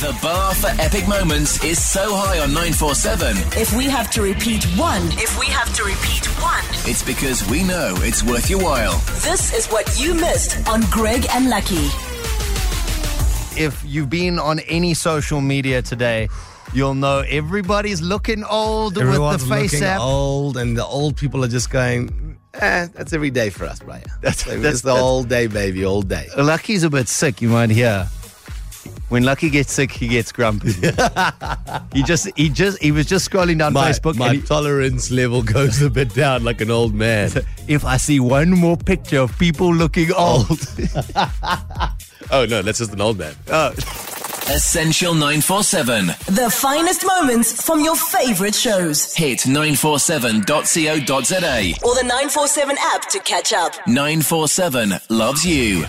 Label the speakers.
Speaker 1: The bar for epic moments is so high on 947,
Speaker 2: If we have to repeat one,
Speaker 3: If we have to repeat one,
Speaker 1: it's because we know it's worth your while.
Speaker 2: this is what you missed on Greg and Lucky.
Speaker 4: if you've been on any social media today, you'll know everybody's looking old
Speaker 5: Everyone's
Speaker 4: with the face
Speaker 5: looking
Speaker 4: app.
Speaker 5: old, and the old people are just going, eh, that's every day for us, Brian.
Speaker 4: That's-
Speaker 5: That's,
Speaker 4: that's-
Speaker 5: the all day, baby, all day.
Speaker 4: Lucky's a bit sick, you might hear. When Lucky gets sick, he gets grumpy. he just, he just, he was just scrolling down
Speaker 5: My,
Speaker 4: Facebook.
Speaker 5: my
Speaker 4: and he-
Speaker 5: tolerance level goes a bit down like an old man.
Speaker 4: if I see one more picture of people looking old,
Speaker 5: oh, no, that's just an old man.
Speaker 1: Essential 947.
Speaker 2: The finest moments from your favorite shows.
Speaker 1: Hit 947.co.za.
Speaker 2: Or the 947 app to catch up.
Speaker 1: 947 loves you.